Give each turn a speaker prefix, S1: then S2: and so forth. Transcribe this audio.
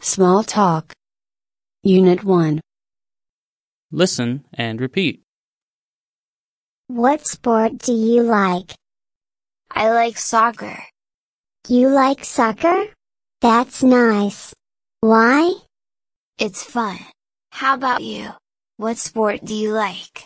S1: Small Talk. Unit 1.
S2: Listen and repeat.
S3: What sport do you like?
S4: I like soccer.
S3: You like soccer? That's nice. Why?
S4: It's fun. How about you? What sport do you like?